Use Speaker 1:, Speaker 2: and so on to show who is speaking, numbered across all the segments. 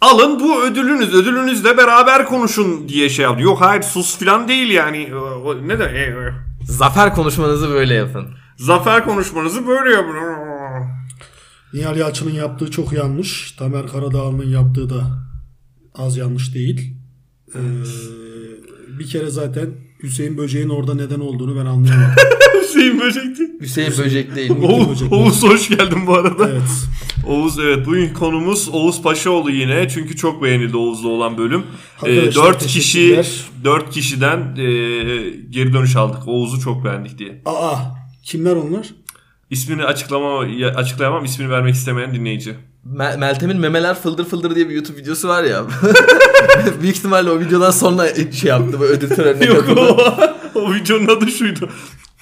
Speaker 1: alın bu ödülünüz ödülünüzle beraber konuşun diye şey yaptı. Yok hayır sus filan değil yani. Ee, o- Ne de e, e.
Speaker 2: Zafer konuşmanızı böyle yapın.
Speaker 1: zafer konuşmanızı böyle yapın.
Speaker 3: Nihal Yalçın'ın yaptığı çok yanlış. Tamer Karadağlı'nın yaptığı da az yanlış değil. Ee, bir kere zaten Hüseyin Böceğin orada neden olduğunu ben anlayamadım.
Speaker 1: Hüseyin Böcek'ti.
Speaker 2: Hüseyin Böcek değil.
Speaker 1: Oğuz,
Speaker 3: Böcek.
Speaker 1: Oğuz hoş geldin bu arada.
Speaker 3: evet.
Speaker 1: Oğuz evet bugün konumuz Oğuz Paşaoğlu yine çünkü çok beğenildi Oğuz'la olan bölüm. Ee,
Speaker 3: Arkadaşlar,
Speaker 1: 4 kişi
Speaker 3: teşekkürler.
Speaker 1: 4 kişiden e, geri dönüş aldık. Oğuz'u çok beğendik diye.
Speaker 3: Aa kimler onlar?
Speaker 1: İsmini açıklama ya- açıklayamam. ismini vermek istemeyen dinleyici.
Speaker 2: Mel- Meltem'in memeler fıldır fıldır diye bir YouTube videosu var ya. Büyük ihtimalle o videodan sonra şey yaptı bu ödül törenine
Speaker 1: Yok
Speaker 2: katıldı.
Speaker 1: o, o videonun adı şuydu.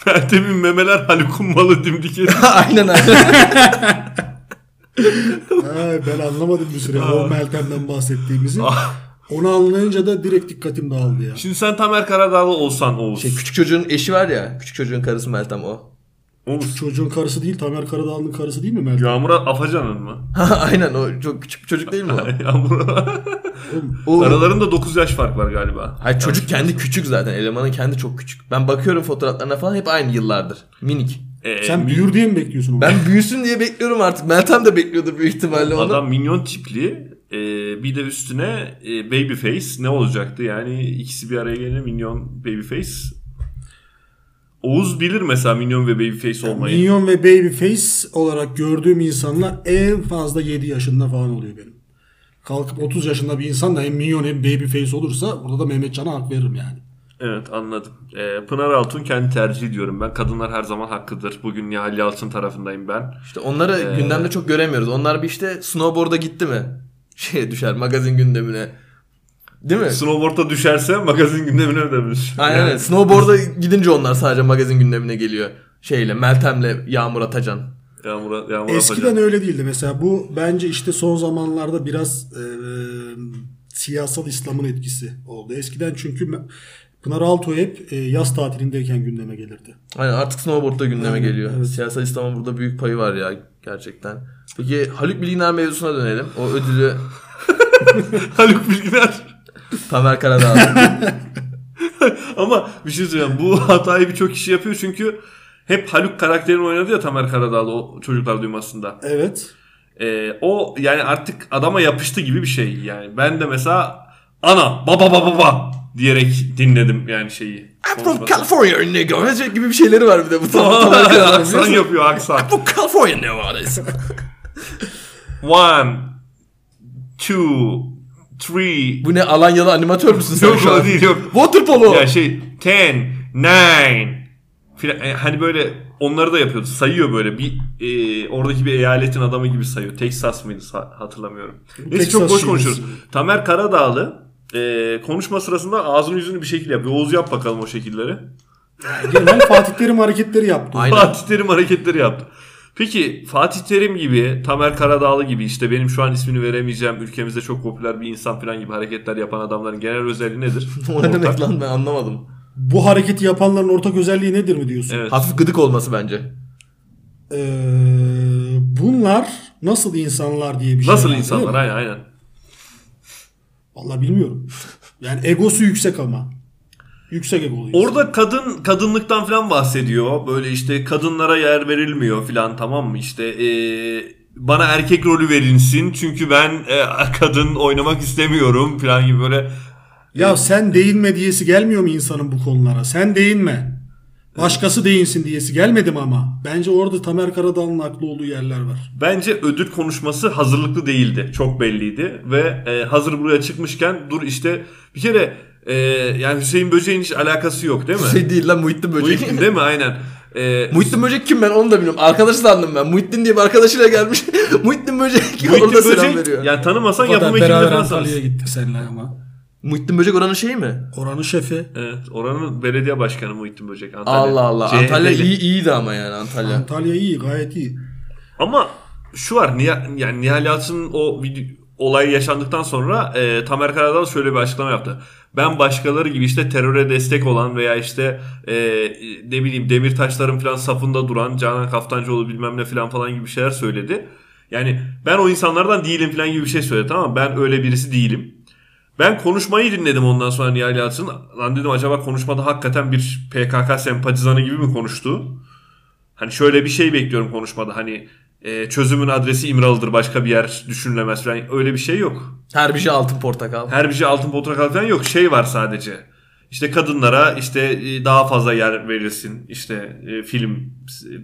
Speaker 1: Meltem'in memeler halukunmalı dimdik. herif.
Speaker 2: aynen aynen.
Speaker 3: Ha, ben anlamadım bir süre o Meltem'den bahsettiğimizi. Onu anlayınca da direkt dikkatim dağıldı ya.
Speaker 1: Şimdi sen Tamer Karadağlı olsan Oğuz.
Speaker 2: Şey, küçük çocuğun eşi var ya. Küçük çocuğun karısı Meltem o.
Speaker 1: Oğuz.
Speaker 3: Çocuğun karısı değil Tamer Karadağlı'nın karısı değil mi Meltem?
Speaker 1: Yağmur'a Afacan'ın mı?
Speaker 2: aynen o çok küçük bir çocuk değil mi o?
Speaker 1: Yağmur'a.
Speaker 3: Oğlum,
Speaker 2: o
Speaker 1: Aralarında 9 yaş fark var galiba.
Speaker 2: Hayır çocuk kendi küçük zaten. Elemanın kendi çok küçük. Ben bakıyorum fotoğraflarına falan hep aynı yıllardır. Minik.
Speaker 1: Ee,
Speaker 3: sen büyür diye mi bekliyorsun onu?
Speaker 2: Ben büyüsün diye bekliyorum artık. Meltem de bekliyordur büyük ihtimalle onu.
Speaker 1: Adam minyon tipli. Ee, bir de üstüne e, babyface ne olacaktı? Yani ikisi bir araya gelince minyon babyface. Oğuz bilir mesela minyon ve babyface olmayı.
Speaker 3: Minyon ve Babyface olarak gördüğüm insanlar en fazla 7 yaşında falan oluyor benim. Kalkıp 30 yaşında bir insan da hem Minyon hem Babyface olursa burada da Mehmetcan'a hak veririm yani.
Speaker 1: Evet anladım. Ee, Pınar Altun kendi tercih ediyorum ben. Kadınlar her zaman hakkıdır. Bugün Nihal Yalçın tarafındayım ben.
Speaker 2: İşte onları gündemde çok göremiyoruz. Onlar bir işte snowboard'a gitti mi? Şeye düşer magazin gündemine. Değil mi?
Speaker 1: Snowboard'a düşerse magazin gündemine ödemiş.
Speaker 2: Aynen
Speaker 1: Yani
Speaker 2: öyle. Snowboard'a gidince onlar sadece magazin gündemine geliyor. Şeyle Meltem'le Yağmur Atacan.
Speaker 1: Yağmur'a, Yağmur'a
Speaker 3: Eskiden
Speaker 1: yapacağım.
Speaker 3: öyle değildi mesela bu bence işte son zamanlarda biraz e, siyasal İslam'ın etkisi oldu. Eskiden çünkü Me- Pınar Altuğ hep e, yaz tatilindeyken gündeme gelirdi.
Speaker 2: Aynen artık snowboard'da gündeme
Speaker 3: Aynen,
Speaker 2: geliyor.
Speaker 3: evet.
Speaker 2: Siyasal İslam'ın burada büyük payı var ya gerçekten. Peki Haluk Bilginer mevzusuna dönelim. O ödülü
Speaker 1: Haluk Bilginer.
Speaker 2: Tamer Karadağ.
Speaker 1: Ama bir şey söyleyeyim. Bu hatayı birçok kişi yapıyor çünkü hep Haluk karakterini oynadı ya Tamer Karadağlı o çocuklar duymasında.
Speaker 3: Evet.
Speaker 1: Ee, o yani artık adama yapıştı gibi bir şey yani. Ben de mesela ana baba baba baba diyerek dinledim yani şeyi.
Speaker 2: I'm from
Speaker 1: konuşmasını.
Speaker 2: California nigga. Gibi bir şeyleri var bir de bu Tamer Karadağ. biliyor
Speaker 1: aksan
Speaker 2: musun?
Speaker 1: yapıyor aksan.
Speaker 2: Bu California ne var?
Speaker 1: One, two, three.
Speaker 2: Bu ne Alanyalı animatör müsün sen
Speaker 1: Yok
Speaker 2: şu an?
Speaker 1: o değil yok.
Speaker 2: Waterpolo.
Speaker 1: Ya şey ten, nine filan e, hani böyle onları da yapıyordu. Sayıyor böyle bir e, oradaki bir eyaletin adamı gibi sayıyor. Texas mıydı Sa- hatırlamıyorum. Neyse
Speaker 3: Texas
Speaker 1: çok boş
Speaker 3: şivesi.
Speaker 1: konuşuyoruz. Tamer Karadağlı e, konuşma sırasında ağzını yüzünü bir şekilde yapıyor. Oğuz yap bakalım o şekilleri.
Speaker 3: Genel Fatih Terim hareketleri yaptı.
Speaker 2: Aynen.
Speaker 1: Fatih Terim hareketleri yaptı. Peki Fatih Terim gibi, Tamer Karadağlı gibi işte benim şu an ismini veremeyeceğim ülkemizde çok popüler bir insan falan gibi hareketler yapan adamların genel özelliği nedir?
Speaker 2: O ne demek lan ben anlamadım.
Speaker 3: Bu hareketi yapanların ortak özelliği nedir mi diyorsun?
Speaker 1: Evet.
Speaker 2: Hafif gıdık olması bence.
Speaker 3: Ee, bunlar nasıl insanlar diye bir şey.
Speaker 1: Nasıl
Speaker 3: var,
Speaker 1: insanlar?
Speaker 3: değil mi?
Speaker 1: Aynen aynen.
Speaker 3: Vallahi bilmiyorum. Yani egosu yüksek ama. Yüksek egolu.
Speaker 1: Orada kadın kadınlıktan falan bahsediyor. Böyle işte kadınlara yer verilmiyor falan tamam mı? İşte eee, bana erkek rolü verilsin çünkü ben eee, kadın oynamak istemiyorum falan gibi böyle.
Speaker 3: Ya sen değinme diyesi gelmiyor mu insanın bu konulara? Sen değinme. Başkası değinsin diyesi gelmedim ama. Bence orada Tamer Karadağ'ın haklı olduğu yerler var.
Speaker 1: Bence ödül konuşması hazırlıklı değildi. Çok belliydi ve eee, hazır buraya çıkmışken dur işte bir kere eee, yani Hüseyin Böcek'in hiç alakası yok değil mi?
Speaker 2: Şey değil lan Muhittin Böcek.
Speaker 1: Muhittin değil mi? Aynen. E, Eee,
Speaker 2: Muhittin Böcek kim ben onu da bilmiyorum. Arkadaşı sandım ben. Muhittin diye bir arkadaşıyla gelmiş. Muhittin Böcek
Speaker 1: Muhittin
Speaker 2: orada selam
Speaker 1: Böcek
Speaker 2: veriyor.
Speaker 1: yani tanımasan yapım ekibinde falan tanırsın.
Speaker 3: gittik seninle ama.
Speaker 2: Muhittin Böcek oranın şeyi mi?
Speaker 3: Oranın şefi.
Speaker 1: Evet, oranın belediye başkanı Muhittin Böcek. Antalya.
Speaker 2: Allah Allah. Antalya
Speaker 1: CHP'li.
Speaker 2: iyi iyiydi ama yani Antalya.
Speaker 3: Antalya iyi gayet iyi.
Speaker 1: Ama şu var Niha- yani Nihal Yalçın'ın o video, olay yaşandıktan sonra e, Tamer Karadal şöyle bir açıklama yaptı. Ben başkaları gibi işte teröre destek olan veya işte e, ne bileyim Demirtaşların falan safında duran Canan Kaftancıoğlu bilmem ne falan falan gibi şeyler söyledi. Yani ben o insanlardan değilim falan gibi bir şey söyledi tamam mı? Ben öyle birisi değilim. Ben konuşmayı dinledim ondan sonra Nihal Yalçın. Lan dedim acaba konuşmada hakikaten bir PKK sempatizanı gibi mi konuştu? Hani şöyle bir şey bekliyorum konuşmada. Hani e, çözümün adresi İmralı'dır başka bir yer düşünülemez falan. Öyle bir şey yok.
Speaker 2: Her bir şey altın portakal.
Speaker 1: Her bir şey altın portakal falan yok. Şey var sadece. İşte kadınlara işte e, daha fazla yer verilsin. İşte e, film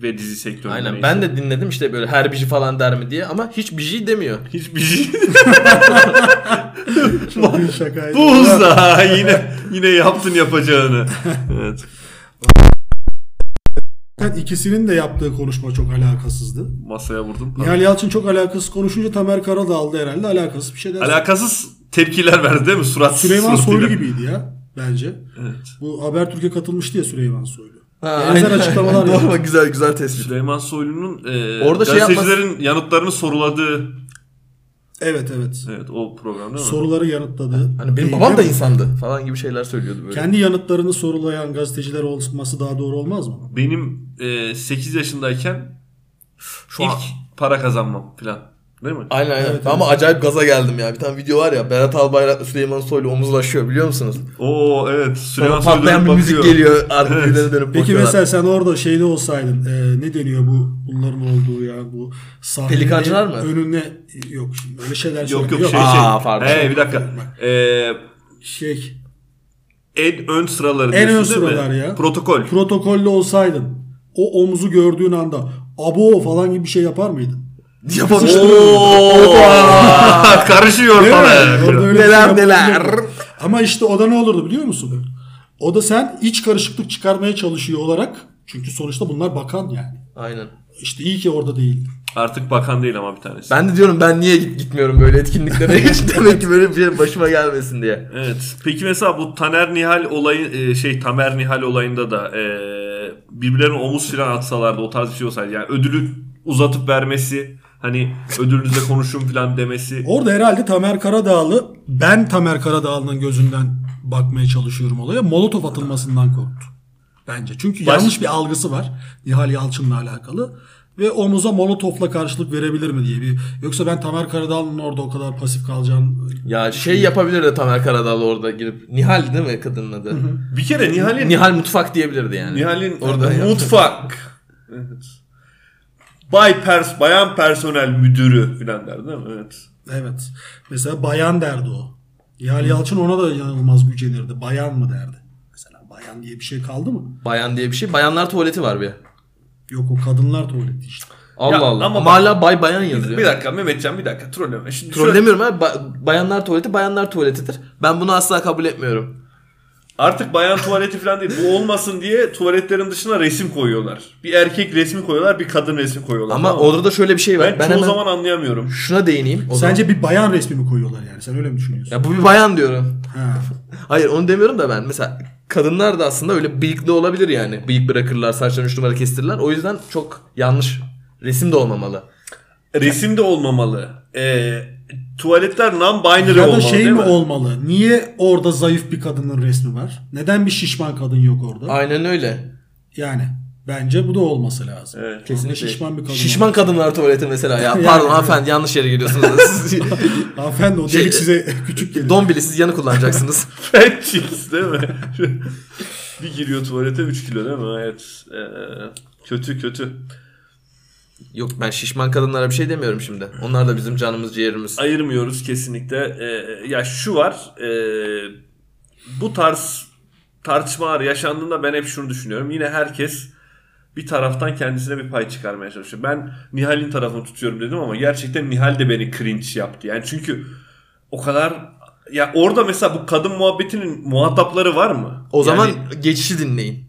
Speaker 1: ve dizi sektöründe.
Speaker 2: Aynen.
Speaker 1: neyse.
Speaker 2: Ben de dinledim işte böyle her bir şey falan der mi diye ama hiç bir şey demiyor.
Speaker 1: hiçbir şey
Speaker 3: Çok büyük şakaydı.
Speaker 1: Bu hızla yine yine yaptın yapacağını. Evet.
Speaker 3: Zaten ikisinin de yaptığı konuşma çok alakasızdı.
Speaker 1: Masaya vurdum.
Speaker 3: Nihal Yalçın çok alakasız konuşunca Tamer Karadağlı da herhalde alakasız bir şeyler.
Speaker 1: Alakasız tepkiler verdi değil mi? Surat
Speaker 3: Süleyman
Speaker 1: suratıyla.
Speaker 3: Soylu gibiydi ya bence.
Speaker 1: Evet.
Speaker 3: Bu Habertürk'e katılmıştı ya Süleyman Soylu.
Speaker 2: Ha,
Speaker 3: Benzer açıklamalar
Speaker 2: Doğru,
Speaker 3: yapıyor.
Speaker 2: güzel güzel tespit.
Speaker 1: Süleyman Soylu'nun e,
Speaker 2: Orada şey
Speaker 1: gazetecilerin yanıtlarını soruladığı
Speaker 3: Evet evet.
Speaker 1: evet o programda mı?
Speaker 3: Soruları yanıtladı.
Speaker 2: Hani benim
Speaker 3: Değil
Speaker 2: babam da
Speaker 3: mi?
Speaker 2: insandı falan gibi şeyler söylüyordu böyle.
Speaker 3: Kendi yanıtlarını sorulayan gazeteciler olması daha doğru olmaz mı?
Speaker 1: Benim e, 8 yaşındayken
Speaker 2: Şu
Speaker 1: ilk
Speaker 2: an-
Speaker 1: para kazanmam falan. Değil mi?
Speaker 2: Aynen aynen.
Speaker 3: Evet,
Speaker 2: Ama acayip gaza geldim ya. Bir tane video var ya Berat Albayrak'la Süleyman Soylu omuzlaşıyor biliyor musunuz?
Speaker 1: Oo evet. Süleyman Soylu
Speaker 2: Sonra patlayan bir
Speaker 1: dönüp
Speaker 2: müzik
Speaker 1: bakıyor.
Speaker 2: geliyor. Arka
Speaker 1: Evet.
Speaker 2: birileri dönüp
Speaker 3: Peki
Speaker 2: bakıyorlar.
Speaker 3: mesela sen orada şeyde olsaydın e, ne deniyor bu bunların olduğu ya bu sahnenin
Speaker 2: Pelikancılar mı?
Speaker 3: Önüne yok şimdi öyle şeyler
Speaker 1: Yok yok
Speaker 3: söylüyor.
Speaker 1: şey şey.
Speaker 2: Aa, pardon.
Speaker 1: Hey, bir dakika. Ee,
Speaker 3: şey
Speaker 1: en ön sıraları
Speaker 3: En
Speaker 1: diyorsun
Speaker 3: ön
Speaker 1: değil mi?
Speaker 3: sıralar ya.
Speaker 1: Protokol.
Speaker 3: protokollü olsaydın o omuzu gördüğün anda abo falan gibi bir şey yapar mıydın?
Speaker 2: Yapamıştım.
Speaker 1: Oo! Karışıyor
Speaker 3: Değil mi?
Speaker 1: sana.
Speaker 3: Orada öyle bir
Speaker 2: Neler
Speaker 3: şey
Speaker 2: neler.
Speaker 3: yapabilirdim. Ama işte o da ne olurdu biliyor musun? O da sen iç karışıklık çıkarmaya çalışıyor olarak çünkü sonuçta bunlar bakan yani.
Speaker 2: Aynen.
Speaker 3: İşte iyi ki orada değildi.
Speaker 1: Artık bakan değil ama bir tanesi.
Speaker 2: Ben de diyorum ben niye git- gitmiyorum böyle etkinliklere hiç demek ki böyle bir şey başıma gelmesin diye.
Speaker 1: Evet. Peki mesela bu Taner Nihal olayı e, şey Tamer Nihal olayında da e, birbirlerine omuz filan atsalardı o tarz bir şey olsaydı yani ödülü uzatıp vermesi hani ödülünüzle konuşun filan demesi.
Speaker 3: Orada herhalde Tamer Karadağlı ben Tamer Karadağlı'nın gözünden bakmaya çalışıyorum olaya. Molotof atılmasından korktu. Bence. Çünkü
Speaker 1: Baş-
Speaker 3: yanlış bir algısı var. Nihal Yalçın'la alakalı. Ve omuza molotofla karşılık verebilir mi diye bir. Yoksa ben Tamer Karadağlı'nın orada o kadar pasif kalacağını
Speaker 2: Ya şey yapabilirdi Tamer Karadağ orada girip. Nihal değil mi kadının adı?
Speaker 1: Bir kere Nihal'in
Speaker 2: Nihal mutfak diyebilirdi yani.
Speaker 1: Nihal'in
Speaker 2: Orada yaptı.
Speaker 1: mutfak. Evet. Bay pers, bayan personel müdürü filan derdi değil mi? Evet.
Speaker 3: Evet. Mesela bayan derdi o. Nihal Yalçın ona da yanılmaz gücenirdi. Bayan mı derdi? Mesela bayan diye bir şey kaldı mı?
Speaker 2: Bayan diye bir şey. Bayanlar tuvaleti var bir.
Speaker 3: Yok o kadınlar tuvaleti işte.
Speaker 2: Allah
Speaker 1: Ya,
Speaker 2: Allah.
Speaker 1: ama
Speaker 2: Ama,
Speaker 1: bak-
Speaker 2: hala bay bayan yazıyor.
Speaker 1: Bir dakika Mehmetcan bir dakika trolleme. Şimdi şöyle-
Speaker 2: Trollemiyorum abi. Ba- bayanlar tuvaleti bayanlar tuvaletidir. Ben bunu asla kabul etmiyorum.
Speaker 1: Artık bayan tuvaleti falan değil. Bu olmasın diye tuvaletlerin dışına resim koyuyorlar. Bir erkek resmi koyuyorlar, bir kadın resmi koyuyorlar.
Speaker 2: Ama
Speaker 1: Tamam mı?
Speaker 2: orada da şöyle bir şey var.
Speaker 1: ben,
Speaker 2: Ben,
Speaker 1: çoğu
Speaker 2: hemen
Speaker 1: zaman anlayamıyorum.
Speaker 2: şuna değineyim. O zaman.
Speaker 3: Sence bir bayan resmi mi koyuyorlar yani? Sen öyle mi düşünüyorsun?
Speaker 2: Ya bu bir bayan diyorum.
Speaker 3: Ha.
Speaker 2: Hayır onu demiyorum da ben mesela kadınlar da aslında öyle bıyıklı olabilir yani. Bıyık bırakırlar, saçlarını üç numara kestirirler. O yüzden çok yanlış. Resim de olmamalı.
Speaker 1: Resim de olmamalı. Ee, tuvaletler non-binary
Speaker 3: Ya
Speaker 1: olmalı
Speaker 3: da şey
Speaker 1: değil
Speaker 3: mi
Speaker 1: mi?
Speaker 3: olmalı? Niye orada zayıf bir kadının resmi var? Neden bir şişman kadın yok orada?
Speaker 2: Aynen öyle.
Speaker 3: Yani bence bu da olması lazım.
Speaker 1: Evet.
Speaker 3: Kesinlikle.
Speaker 2: Kesinlikle.
Speaker 3: Şişman bir kadın.
Speaker 2: Şişman kadınlar tuvaleti mesela ya. Pardon hanımefendi yanlış yere giriyorsunuz. Siz-
Speaker 3: var. Hanımefendi o
Speaker 2: Şey-
Speaker 3: delik size küçük geliyor.
Speaker 2: Dombili siz yanı kullanacaksınız.
Speaker 1: Fat chicks değil mi? bir giriyor tuvalete 3 kilo değil mi? Evet. Ee, kötü kötü.
Speaker 2: Yok ben şişman kadınlara bir şey demiyorum şimdi. Onlar da bizim canımız ciğerimiz.
Speaker 1: ayırmıyoruz kesinlikle. Ee, ya şu var. e, bu tarz tartışmalar yaşandığında ben hep şunu düşünüyorum. Yine herkes bir taraftan kendisine bir pay çıkarmaya çalışıyor. Ben Nihal'in tarafını tutuyorum dedim ama gerçekten Nihal de beni cringe yaptı. Yani çünkü o kadar ya orada mesela bu kadın muhabbetinin muhatapları var mı?
Speaker 2: O
Speaker 1: Yani-
Speaker 2: zaman geçişi dinleyin.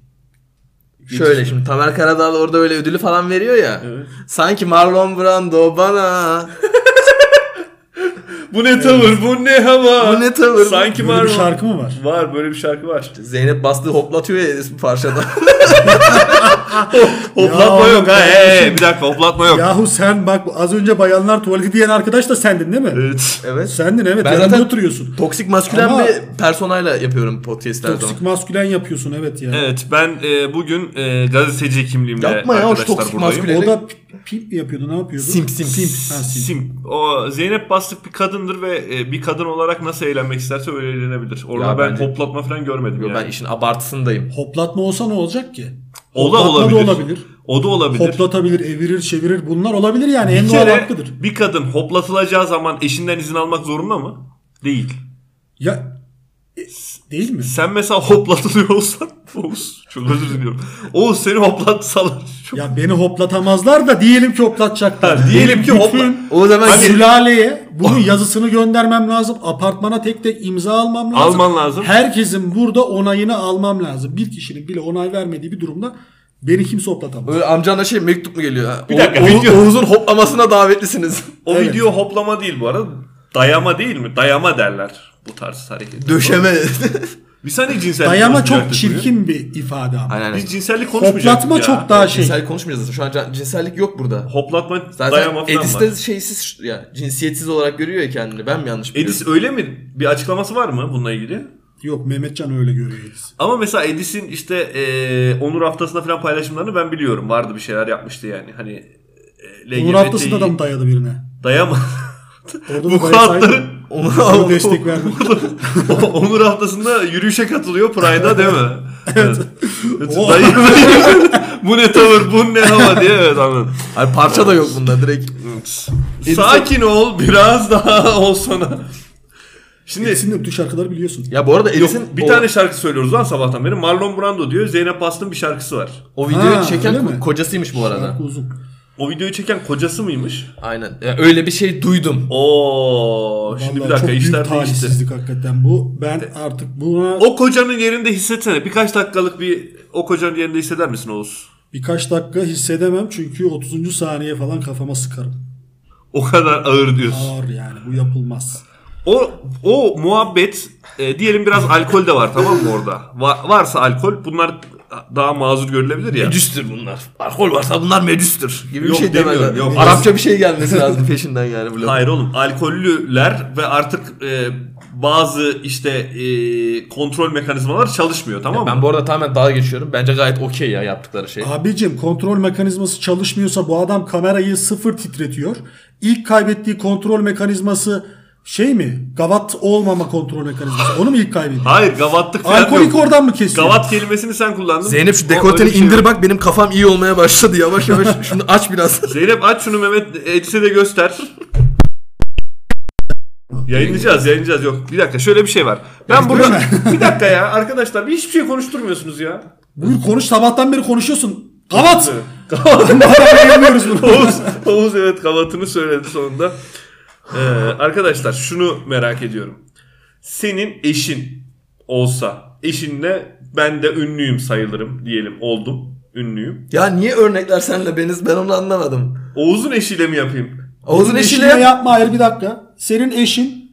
Speaker 2: Şöyle şimdi Tamer Karadağ orada öyle ödülü falan veriyor ya.
Speaker 1: Evet.
Speaker 2: Sanki Marlon Brando bana.
Speaker 1: bu ne tavır, bu ne hava?
Speaker 2: Bu ne tavır?
Speaker 1: Sanki
Speaker 3: Böyle
Speaker 1: var
Speaker 3: bir
Speaker 1: mı?
Speaker 3: şarkı mı var?
Speaker 1: Var böyle bir şarkı var.
Speaker 2: Zeynep bastığı hoplatıyor ya bu parçada.
Speaker 1: Hoplatma
Speaker 3: Ya
Speaker 1: yok ha.
Speaker 3: oğlum,
Speaker 1: Hey, bir dakika hoplatma yok.
Speaker 3: Yahu sen bak az önce bayanlar tuvaleti diyen arkadaş da sendin değil mi?
Speaker 1: Evet.
Speaker 2: evet.
Speaker 3: Sendin evet.
Speaker 2: Ben
Speaker 3: yanımda
Speaker 2: zaten-
Speaker 3: oturuyorsun.
Speaker 2: Toksik maskülen
Speaker 3: Ama-
Speaker 2: bir personayla yapıyorum podcast'lerde.
Speaker 3: Toksik maskülen yapıyorsun evet ya.
Speaker 1: Evet ben e, bugün e, gazeteci kimliğimle
Speaker 2: Yapma ya,
Speaker 1: arkadaşlar
Speaker 2: şu toksik
Speaker 1: buradayım.
Speaker 2: maskülen-
Speaker 3: O da pimp mi yapıyordu ne yapıyordu?
Speaker 2: Simp, simp.
Speaker 3: simp. Ha, simp.
Speaker 1: Sim. O Zeynep Bastık bir kadındır ve e, bir kadın olarak nasıl eğlenmek isterse öyle eğlenebilir. Orada
Speaker 2: Ya
Speaker 1: ben
Speaker 2: bence-
Speaker 1: hoplatma falan görmedim
Speaker 2: Yo,
Speaker 1: yani.
Speaker 2: ben işin abartısındayım.
Speaker 3: Hoplatma olsa ne olacak ki?
Speaker 1: O da
Speaker 3: Hoplatma
Speaker 1: olabilir.
Speaker 3: da olabilir.
Speaker 1: O da olabilir.
Speaker 3: Hoplatabilir, evirir, çevirir. Bunlar olabilir yani. En
Speaker 1: bir
Speaker 3: doğal
Speaker 1: kere
Speaker 3: hakkıdır.
Speaker 1: bir kadın hoplatılacağı zaman eşinden izin almak zorunda mı? Değil.
Speaker 3: Ya e, değil mi?
Speaker 1: Sen mesela hoplatılıyor olsan Oğuz çok özür diliyorum. Oğuz seni hoplatsalar çok...
Speaker 3: Ya beni hoplatamazlar da diyelim ki hoplatacaklar.
Speaker 1: Ha, diyelim ki hopla-
Speaker 3: Bütün
Speaker 2: O zaman
Speaker 1: Hadi. Oh.
Speaker 3: Sülaleye bunun yazısını göndermem lazım. Apartmana tek tek imza almam lazım.
Speaker 1: Alman lazım.
Speaker 3: Herkesin burada onayını almam lazım. Bir kişinin bile onay vermediği bir durumda beni kimse hoplatamaz.
Speaker 2: Böyle amcana şey mektup mu geliyor? ha?
Speaker 1: Bir dakika,
Speaker 2: O- Oğuz-
Speaker 1: video-
Speaker 2: Oğuz'un hoplamasına davetlisiniz.
Speaker 1: o
Speaker 3: evet.
Speaker 1: video hoplama değil bu arada. Dayama değil mi? Dayama derler bu tarz hareket.
Speaker 2: Döşeme.
Speaker 1: Bir şey saniye cinsellik
Speaker 3: Dayama çok
Speaker 1: konuşmayacaktık mı ya?
Speaker 3: çirkin bir ifade ama.
Speaker 2: Aynen.
Speaker 1: Biz cinsellik konuşmayacaktık
Speaker 3: Hoplatma
Speaker 1: ya.
Speaker 3: çok daha şey.
Speaker 2: Cinsellik konuşmayacağız. zaten. Şu an can- cinsellik yok burada.
Speaker 1: Hoplatma
Speaker 2: Zaten
Speaker 1: dayama falan
Speaker 2: Edis
Speaker 1: var.
Speaker 2: de şeysiz ya cinsiyetsiz olarak görüyor ya kendini. Ben mi yanlış biliyorum?
Speaker 1: Edis öyle mi? Bir açıklaması var mı bununla ilgili?
Speaker 3: Yok Mehmetcan öyle görüyoruz.
Speaker 1: Ama mesela Edis'in işte eee Onur haftasında falan paylaşımlarını ben biliyorum. Vardı bir şeyler yapmıştı yani. Hani e, eee, LGBT 'yi
Speaker 3: Onur haftasında da mı dayadı birine?
Speaker 1: dayama.
Speaker 3: Orada
Speaker 1: Bu
Speaker 3: da dayasaydı
Speaker 1: kağıtları
Speaker 3: ona destek verdi.
Speaker 1: Onur haftasında yürüyüşe katılıyor Pride'a değil mi? Evet.
Speaker 3: O-
Speaker 1: Dayı, dayı- bu ne tavır, bu ne hava diye evet anladım.
Speaker 2: Hayır, parça da yok bunda direkt.
Speaker 1: Sakin ol, biraz daha ol sana. Şimdi
Speaker 3: Edis'in de bütün şarkıları biliyorsun.
Speaker 2: Ya bu arada
Speaker 1: Yok,
Speaker 2: Edis'in
Speaker 1: bir
Speaker 2: o,
Speaker 1: tane şarkı söylüyoruz lan sabahtan beri. Marlon Brando diyor. Zeynep Bastın bir şarkısı var.
Speaker 2: o videoyu
Speaker 3: Ha,
Speaker 2: çeken
Speaker 3: öyle
Speaker 2: ko-
Speaker 3: mi?
Speaker 2: kocasıymış bu arada.
Speaker 3: Şarkı uzun.
Speaker 1: O videoyu çeken kocası mıymış?
Speaker 2: Aynen. Ya öyle bir şey duydum.
Speaker 1: Oo, şimdi
Speaker 3: Vallahi
Speaker 1: bir dakika
Speaker 3: çok
Speaker 1: işler
Speaker 3: büyük
Speaker 1: değişti.
Speaker 3: talihsizlik hakikaten bu. Ben artık buna
Speaker 1: O kocanın yerinde hissetsene. Birkaç dakikalık bir o kocanın yerinde hisseder misin Oğuz?
Speaker 3: birkaç dakika hissedemem çünkü 30. saniye falan kafama sıkarım.
Speaker 1: O kadar ağır diyorsun.
Speaker 3: Ağır yani bu yapılmaz.
Speaker 1: O o muhabbet e, diyelim biraz alkol de var tamam mı orada? Va- varsa alkol bunlar daha mazur görülebilir ya.
Speaker 2: Mecüstür bunlar. Alkol varsa bunlar mecüstür. Gibi
Speaker 1: Yok,
Speaker 2: bir şey
Speaker 1: demiyorum,
Speaker 2: demezler.
Speaker 1: yok.
Speaker 2: Arapça bir şey gelmesi lazım peşinden yani bu lafın.
Speaker 1: Hayır oğlum alkollüler ve artık e, bazı işte e, kontrol mekanizmalar çalışmıyor tamam mı?
Speaker 2: Ben bu arada tamamen dalga geçiyorum. Bence gayet okey ya yaptıkları şey.
Speaker 3: Abicim kontrol mekanizması çalışmıyorsa bu adam kamerayı sıfır titretiyor. İlk kaybettiği kontrol mekanizması şey mi? Gavat olmama kontrol mekanizması. Onu mu ilk kaybediyor?
Speaker 1: Hayır gavatlık falan
Speaker 3: Alkolik
Speaker 1: yok.
Speaker 3: oradan mı kesiyor?
Speaker 1: Gavat kelimesini sen kullandın.
Speaker 2: Zeynep şu
Speaker 1: O-
Speaker 2: dekolteni
Speaker 1: öyle bir şey
Speaker 2: indir
Speaker 1: yok.
Speaker 2: bak benim kafam iyi olmaya başladı yavaş yavaş. Şunu aç biraz.
Speaker 1: Zeynep aç şunu Mehmet Edis'e de göster. Yayınlayacağız yayınlayacağız yok. Bir dakika şöyle bir şey var. Ben burada bir dakika ya arkadaşlar hiçbir şey konuşturmuyorsunuz ya.
Speaker 3: Buyur konuş sabahtan beri konuşuyorsun. Gavat! Yapıyoruz bunu.
Speaker 1: Oğuz, Oğuz evet kavatını söyledi sonunda. Ee, arkadaşlar şunu merak ediyorum. Senin eşin olsa eşinle ben de ünlüyüm sayılırım diyelim oldum ünlüyüm.
Speaker 2: Ya niye örnekler senle beniz ben onu anlamadım.
Speaker 1: Oğuz'un eşiyle mi yapayım?
Speaker 2: Oğuz'un
Speaker 3: Senin
Speaker 2: eşiyle
Speaker 3: eşinle yapma hayır bir dakika. Senin eşin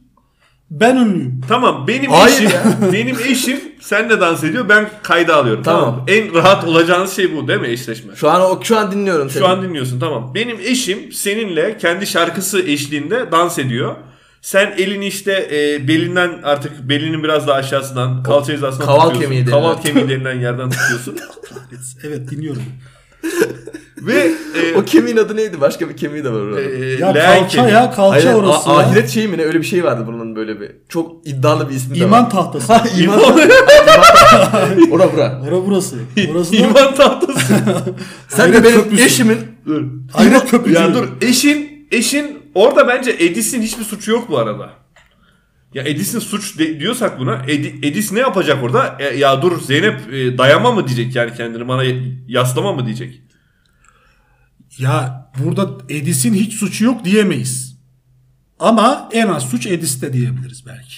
Speaker 3: ben ünlüyüm.
Speaker 1: Tamam benim
Speaker 2: Hayır
Speaker 1: eşim
Speaker 2: ya.
Speaker 1: benim eşim senle dans ediyor ben kayda alıyorum. Tamam.
Speaker 2: Tamam.
Speaker 1: mı? En rahat olacağınız şey bu değil mi eşleşme?
Speaker 2: Şu an o şu an dinliyorum seni.
Speaker 1: Şu an dinliyorsun tamam. Benim eşim seninle kendi şarkısı eşliğinde dans ediyor. Sen elini işte e, belinden artık belinin biraz daha aşağısından kalça hizasından
Speaker 2: kaval
Speaker 1: tutuyorsun.
Speaker 2: kemiği denilen.
Speaker 1: kaval kemiği denilen yerden tutuyorsun.
Speaker 3: Evet dinliyorum.
Speaker 1: Ve e,
Speaker 2: o kemiğin adı neydi? Başka bir kemiği de var orada.
Speaker 1: e,
Speaker 3: Ya
Speaker 1: leğen
Speaker 3: kalça
Speaker 1: kemiği.
Speaker 3: ya kalça
Speaker 2: Hayır,
Speaker 3: orası
Speaker 2: a-
Speaker 3: ya.
Speaker 2: ahiret şeyi mi ne öyle bir şey vardı bunun böyle bir. Çok iddialı bir ismi de
Speaker 3: İman
Speaker 2: var.
Speaker 3: tahtası.
Speaker 2: Ha, iman. Ora bura.
Speaker 3: Ora burası. Orası da
Speaker 1: İman tahtası.
Speaker 2: Sen de
Speaker 3: Ahiret
Speaker 2: benim
Speaker 3: köprüsü.
Speaker 2: eşimin
Speaker 1: dur.
Speaker 3: ahiret köprüsü.
Speaker 1: Ya dur eşin eşin orada bence Edis'in hiçbir suçu yok bu arada. Ya Edis'in suç de- diyorsak buna Edi- Edis ne yapacak orada? E, ya dur Zeynep e, dayama mı diyecek yani kendini bana yaslama mı diyecek?
Speaker 3: Ya burada Edis'in hiç suçu yok diyemeyiz. Ama en az suç Edis'te diyebiliriz belki.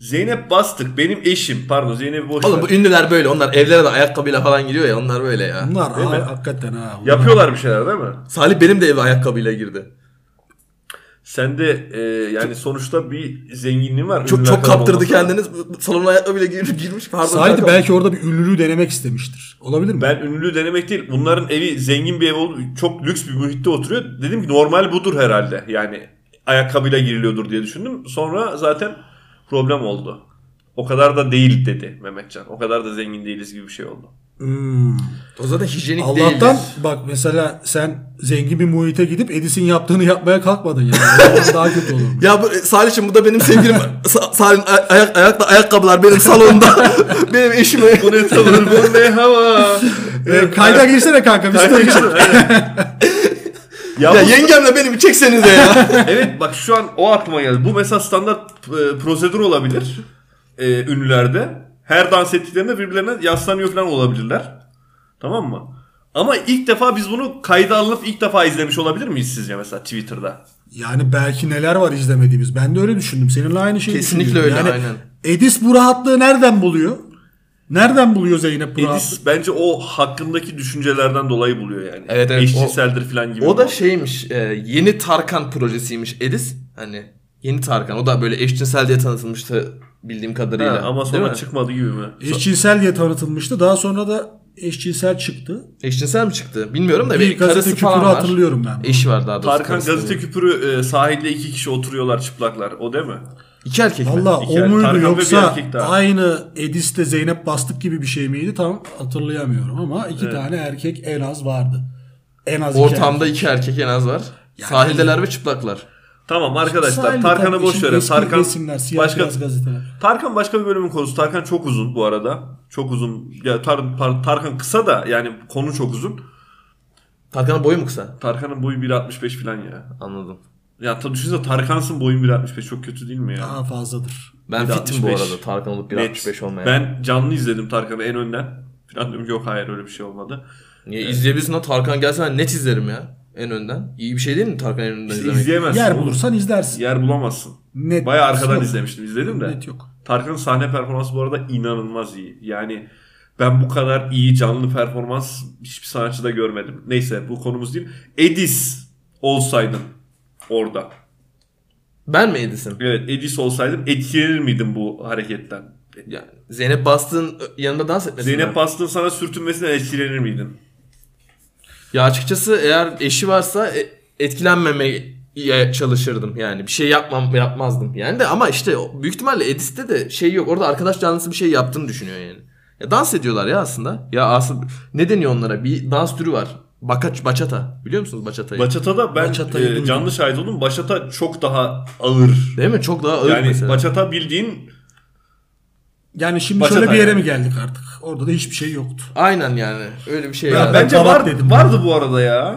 Speaker 1: Zeynep Bastık benim eşim. Pardon Zeynep boş.
Speaker 2: Oğlum
Speaker 1: Oğlum,
Speaker 2: bu ünlüler böyle. Onlar evlere de ayakkabıyla falan giriyor ya. Onlar böyle ya.
Speaker 3: Bunlar
Speaker 1: Değil
Speaker 3: ha-
Speaker 1: mi?
Speaker 3: hakikaten ha. Bunlar-
Speaker 1: Yapıyorlar bir şeyler değil mi?
Speaker 2: Salih benim de eve ayakkabıyla girdi.
Speaker 1: Sen de e, yani sonuçta bir zenginliğin var.
Speaker 2: Çok
Speaker 1: ünlü
Speaker 2: çok
Speaker 1: lakabı
Speaker 2: kaptırdı
Speaker 1: olmasa.
Speaker 2: kendiniz. Salonun ayakkabıyla gir- girmiş. Pardon.
Speaker 3: Sahi de
Speaker 2: ayakkabı-
Speaker 3: belki orada bir ünlülüğü denemek istemiştir. Olabilir mi?
Speaker 1: Ben ünlü denemek değil. Bunların evi zengin bir ev olup çok lüks bir muhitte oturuyor. Dedim ki normal budur herhalde. Yani ayakkabıyla giriliyordur diye düşündüm. Sonra zaten problem oldu. O kadar da değil dedi Mehmetcan. O kadar da zengin değiliz gibi bir şey oldu.
Speaker 3: Hmm.
Speaker 2: O zaten hijyenik değil.
Speaker 3: Allah'tan bak mesela sen zengin bir muhite gidip Edis'in yaptığını yapmaya kalkmadın yani. O zaman daha kötü olur.
Speaker 2: Ya bu- Salih'im bu da benim sevgilim. Sa- Salih'in ay- ayak, ayakla ayakkabılar benim salonda. benim eşime.
Speaker 1: Bu ne tavır bu ne hava.
Speaker 3: E, kayda girsene kanka biz de
Speaker 1: ya,
Speaker 2: ya
Speaker 1: bu-
Speaker 2: yengemle benim çeksenize ya.
Speaker 1: evet bak şu an o aklıma geldi. Bu mesela standart e, prosedür olabilir. E, ünlülerde. Her dans ettiklerinde birbirlerine yaslanıyor falan olabilirler. Tamam mı? Ama ilk defa biz bunu kayda alınıp ilk defa izlemiş olabilir miyiz sizce mesela Twitter'da?
Speaker 3: Yani belki neler var izlemediğimiz. Ben de öyle düşündüm. Seninle aynı şeyi
Speaker 2: Kesinlikle
Speaker 3: düşünüyorum.
Speaker 2: öyle,
Speaker 3: yani
Speaker 2: aynen.
Speaker 3: Edis bu rahatlığı nereden buluyor? Nereden buluyor Zeynep bu rahatlığı?
Speaker 1: Edis bence o hakkındaki düşüncelerden dolayı buluyor yani.
Speaker 2: Evet, evet,
Speaker 1: Eşcinseldir falan gibi.
Speaker 2: o da şeymiş. e, yeni Tarkan projesiymiş Edis. Hani yeni Tarkan. O da böyle eşcinsel diye tanıtılmıştı bildiğim kadarıyla.
Speaker 1: Ha, ama
Speaker 2: Değil
Speaker 1: sonra
Speaker 2: mi?
Speaker 1: çıkmadı gibi mi?
Speaker 3: Eşcinsel diye tanıtılmıştı. Daha sonra da eşcinsel çıktı.
Speaker 2: Eşcinsel mi çıktı? Bilmiyorum da
Speaker 3: Bir
Speaker 2: bir
Speaker 3: gazete
Speaker 2: karısı
Speaker 3: küpürü
Speaker 2: falan var.
Speaker 3: hatırlıyorum ben.
Speaker 2: Eşi var daha doğrusu.
Speaker 1: Tarkan
Speaker 2: karısı
Speaker 1: gazete
Speaker 2: değil.
Speaker 1: küpürü e, sahilde iki kişi oturuyorlar çıplaklar. O değil mi?
Speaker 2: İki erkek mi?
Speaker 3: Valla
Speaker 1: İki
Speaker 3: o
Speaker 1: er- Tarkan
Speaker 3: muydu
Speaker 1: ve bir
Speaker 3: yoksa
Speaker 1: erkek daha.
Speaker 3: aynı Edis'te Zeynep Bastık gibi bir şey miydi tam hatırlayamıyorum ama iki tane erkek en az vardı. En az iki
Speaker 2: Ortamda iki erkek en az var. Sahildeler ve çıplaklar.
Speaker 1: Tamam
Speaker 3: erkek.
Speaker 1: arkadaşlar
Speaker 3: Sahilde
Speaker 1: Tarkan'ı
Speaker 3: tabii
Speaker 1: boş
Speaker 3: işin
Speaker 1: verin.
Speaker 3: eski
Speaker 1: Tarkan
Speaker 3: resimler, siyah
Speaker 1: başka
Speaker 3: beyaz gazeteler.
Speaker 1: Tarkan başka bir bölümün konusu. Tarkan çok uzun bu arada. Çok uzun. Ya Tar- Par- Tarkan kısa da yani konu çok uzun.
Speaker 2: Tarkan'ın boyu mu kısa?
Speaker 1: Tarkan'ın boyu 1.65 falan ya.
Speaker 2: Anladım.
Speaker 1: Ya tabii düşünsene Tarkan'sın boyun 1.65 çok kötü değil mi ya?
Speaker 3: Daha fazladır.
Speaker 2: Ben
Speaker 1: Bir de
Speaker 2: fitim bu
Speaker 1: 65.
Speaker 2: arada Tarkan olup
Speaker 1: Net.
Speaker 2: 1.65 olmayan.
Speaker 1: Ben canlı izledim Tarkan'ı en önden. Falan diyorum ki, yok hayır öyle bir şey olmadı.
Speaker 2: Niye izleyebilirsin lan Tarkan gelse ben net izlerim ya. En önden. İyi bir şey değil mi Tarkan en önden
Speaker 1: İşte
Speaker 2: izlemek?
Speaker 1: izleyemezsin.
Speaker 3: Yer
Speaker 1: oğlum.
Speaker 3: bulursan izlersin.
Speaker 1: Yer bulamazsın.
Speaker 3: Net. şey
Speaker 1: Bayağı arkadan
Speaker 3: yok.
Speaker 1: izlemiştim. izledim de.
Speaker 3: Net yok.
Speaker 1: Tarkan'ın sahne performansı bu arada inanılmaz iyi. Yani ben bu kadar iyi canlı performans hiçbir sanatçıda görmedim. Neyse bu konumuz değil. Edis olsaydın orada.
Speaker 2: Ben mi Edis'im?
Speaker 1: Evet Edis olsaydın etkilenir miydin bu hareketten?
Speaker 2: Ya, Zeynep Bastık'ın yanında dans etmesi
Speaker 1: Zeynep Bastık'ın sana sürtünmesinden etkilenir miydin?
Speaker 2: Ya açıkçası eğer eşi varsa e, etkilenmemeye çalışırdım yani. Bir şey yapmam yapmazdım. Yani de ama işte o- büyük ihtimalle Edis'te de şey yok. Orada arkadaş canlısı bir şey yaptığını düşünüyor yani. Ya dans ediyorlar ya aslında. Ya aslında ne deniyor onlara? Bir dans türü var. Bakaç bachata. Biliyor musunuz bachata'yı?
Speaker 1: Bachata'da ben
Speaker 3: Bachata'yı
Speaker 1: e,
Speaker 3: duydum.
Speaker 1: canlı şahit oldum. Bachata çok daha ağır.
Speaker 2: Değil mi? Çok daha ağır
Speaker 1: Yani
Speaker 2: mesela.
Speaker 1: Bachata bildiğin
Speaker 3: Yani şimdi
Speaker 1: Başa
Speaker 3: şöyle bir yere
Speaker 1: tabii.
Speaker 3: mi geldik artık? Orada da hiçbir şey yoktu.
Speaker 2: Aynen yani. Öyle bir şey.
Speaker 3: Ya
Speaker 2: yani.
Speaker 3: ben
Speaker 1: bence
Speaker 3: kabak
Speaker 1: var,
Speaker 3: dedim.
Speaker 1: vardı bu arada ya.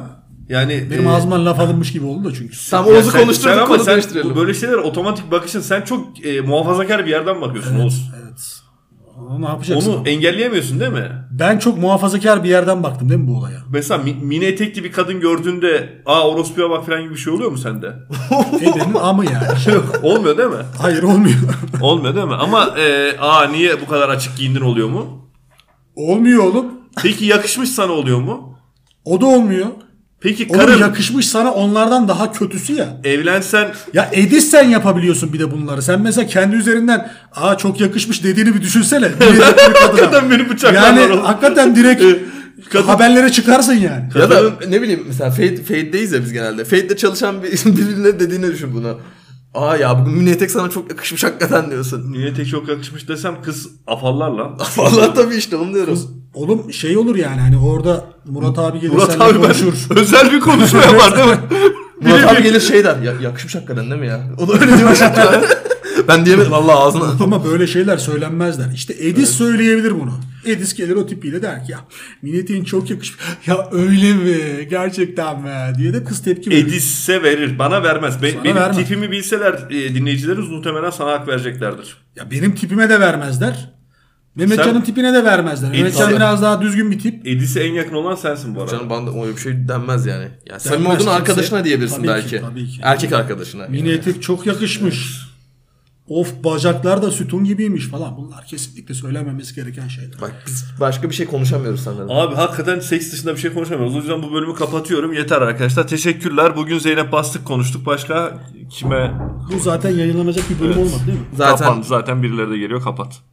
Speaker 1: Yani
Speaker 3: Benim
Speaker 1: e,
Speaker 3: ağzımdan laf alınmış gibi oldu da çünkü.
Speaker 2: Tam
Speaker 1: Ya
Speaker 2: Oğuz'u
Speaker 1: sen- sen
Speaker 2: konuşturduk
Speaker 1: ama
Speaker 2: konu
Speaker 1: sen
Speaker 2: değiştirelim.
Speaker 1: bu Böyle şeyler otomatik bakışın sen çok e, muhafazakar bir yerden bakıyorsun Oğuz.
Speaker 3: Evet. Ama Ne yapacaksın?
Speaker 1: Onu engelleyemiyorsun değil mi?
Speaker 3: Ben çok muhafazakar bir yerden baktım değil mi bu olaya?
Speaker 1: Mesela mi- mini etekli bir kadın gördüğünde aa orospuya bak falan gibi bir şey oluyor mu sende?
Speaker 3: Edenin E, amı yani. Şey
Speaker 1: Olmuyor değil mi?
Speaker 3: Hayır olmuyor.
Speaker 1: Olmuyor değil mi? Ama e, aa niye bu kadar açık giyindin oluyor mu?
Speaker 3: olmuyor oğlum.
Speaker 1: Peki yakışmış sana oluyor mu?
Speaker 3: O da olmuyor.
Speaker 1: Peki
Speaker 3: Oğlum
Speaker 1: karın
Speaker 3: yakışmış sana onlardan daha kötüsü ya.
Speaker 1: evlensen
Speaker 3: Ya Edis sen yapabiliyorsun bir de bunları. Sen mesela kendi üzerinden aa çok yakışmış dediğini bir düşünsene. Bir bir kadına.
Speaker 1: kadın beni bıçaklarlar
Speaker 3: yani
Speaker 1: oğlum.
Speaker 3: hakikaten direkt
Speaker 1: Ee, Kadın-
Speaker 3: haberlere çıkarsın yani.
Speaker 2: Ya da ne bileyim mesela Fade, Fade'deyiz ya biz genelde. Fade'de çalışan bir, birbirine dediğini düşün bunu. Aa ya bugün mini etek sana çok yakışmış hakikaten diyorsun.
Speaker 1: mini etek çok yakışmış desem kız afallar lan.
Speaker 2: Vallahi tabii işte onu diyoruz.
Speaker 3: Oğlum şey olur yani hani orada Murat abi gelir
Speaker 1: Murat
Speaker 3: seninle
Speaker 1: abi ben
Speaker 3: konuşur.
Speaker 1: özel bir konuşma yapar değil mi?
Speaker 2: Murat abi gelir şey der. Ya, yakışmış hakikaten değil mi ya? O da öyle diyor hakikaten. ben diyemedim vallahi ağzına.
Speaker 3: Ama böyle şeyler söylenmezler. İşte Edis söyleyebilir bunu. Edis gelir o tipiyle der ki ya Minetin çok yakışmış. Ya öyle mi? Gerçekten mi? Diye de kız tepki verir.
Speaker 1: Edisse verir. Bana vermez. Be-
Speaker 3: Sana
Speaker 1: benim
Speaker 3: vermez.
Speaker 1: tipimi bilseler e, dinleyicilerimiz muhtemelen sana hak vereceklerdir.
Speaker 3: Ya benim tipime de vermezler. Mehmetcan'ın
Speaker 1: Sen-
Speaker 3: tipine de vermezler. Mehmetcan
Speaker 1: Tabii.
Speaker 3: biraz daha düzgün bir tip.
Speaker 1: Edis'e en yakın olan sensin bu arada.
Speaker 2: Canım bana da öyle bir şey denmez yani. Ya samimi olduğun
Speaker 3: kimse.
Speaker 2: arkadaşına diyebilirsin
Speaker 3: Tabii ki,
Speaker 2: belki.
Speaker 3: tabii ki.
Speaker 2: Erkek arkadaşına.
Speaker 3: Mini
Speaker 2: Yani.
Speaker 3: etek çok yakışmış. Of bacaklar da sütun gibiymiş falan. Bunlar kesinlikle söylenmemesi gereken şeyler.
Speaker 2: Bak biz başka bir şey konuşamıyoruz sanırım.
Speaker 1: Abi hakikaten seks dışında bir şey konuşamıyoruz. O yüzden bu bölümü kapatıyorum. Yeter arkadaşlar. Teşekkürler. Bugün Zeynep Bastık konuştuk. Başka kime?
Speaker 3: Bu zaten yayınlanacak bir bölüm olmadı değil mi?
Speaker 2: Zaten
Speaker 1: Kapandı zaten birileri de geliyor. Kapat.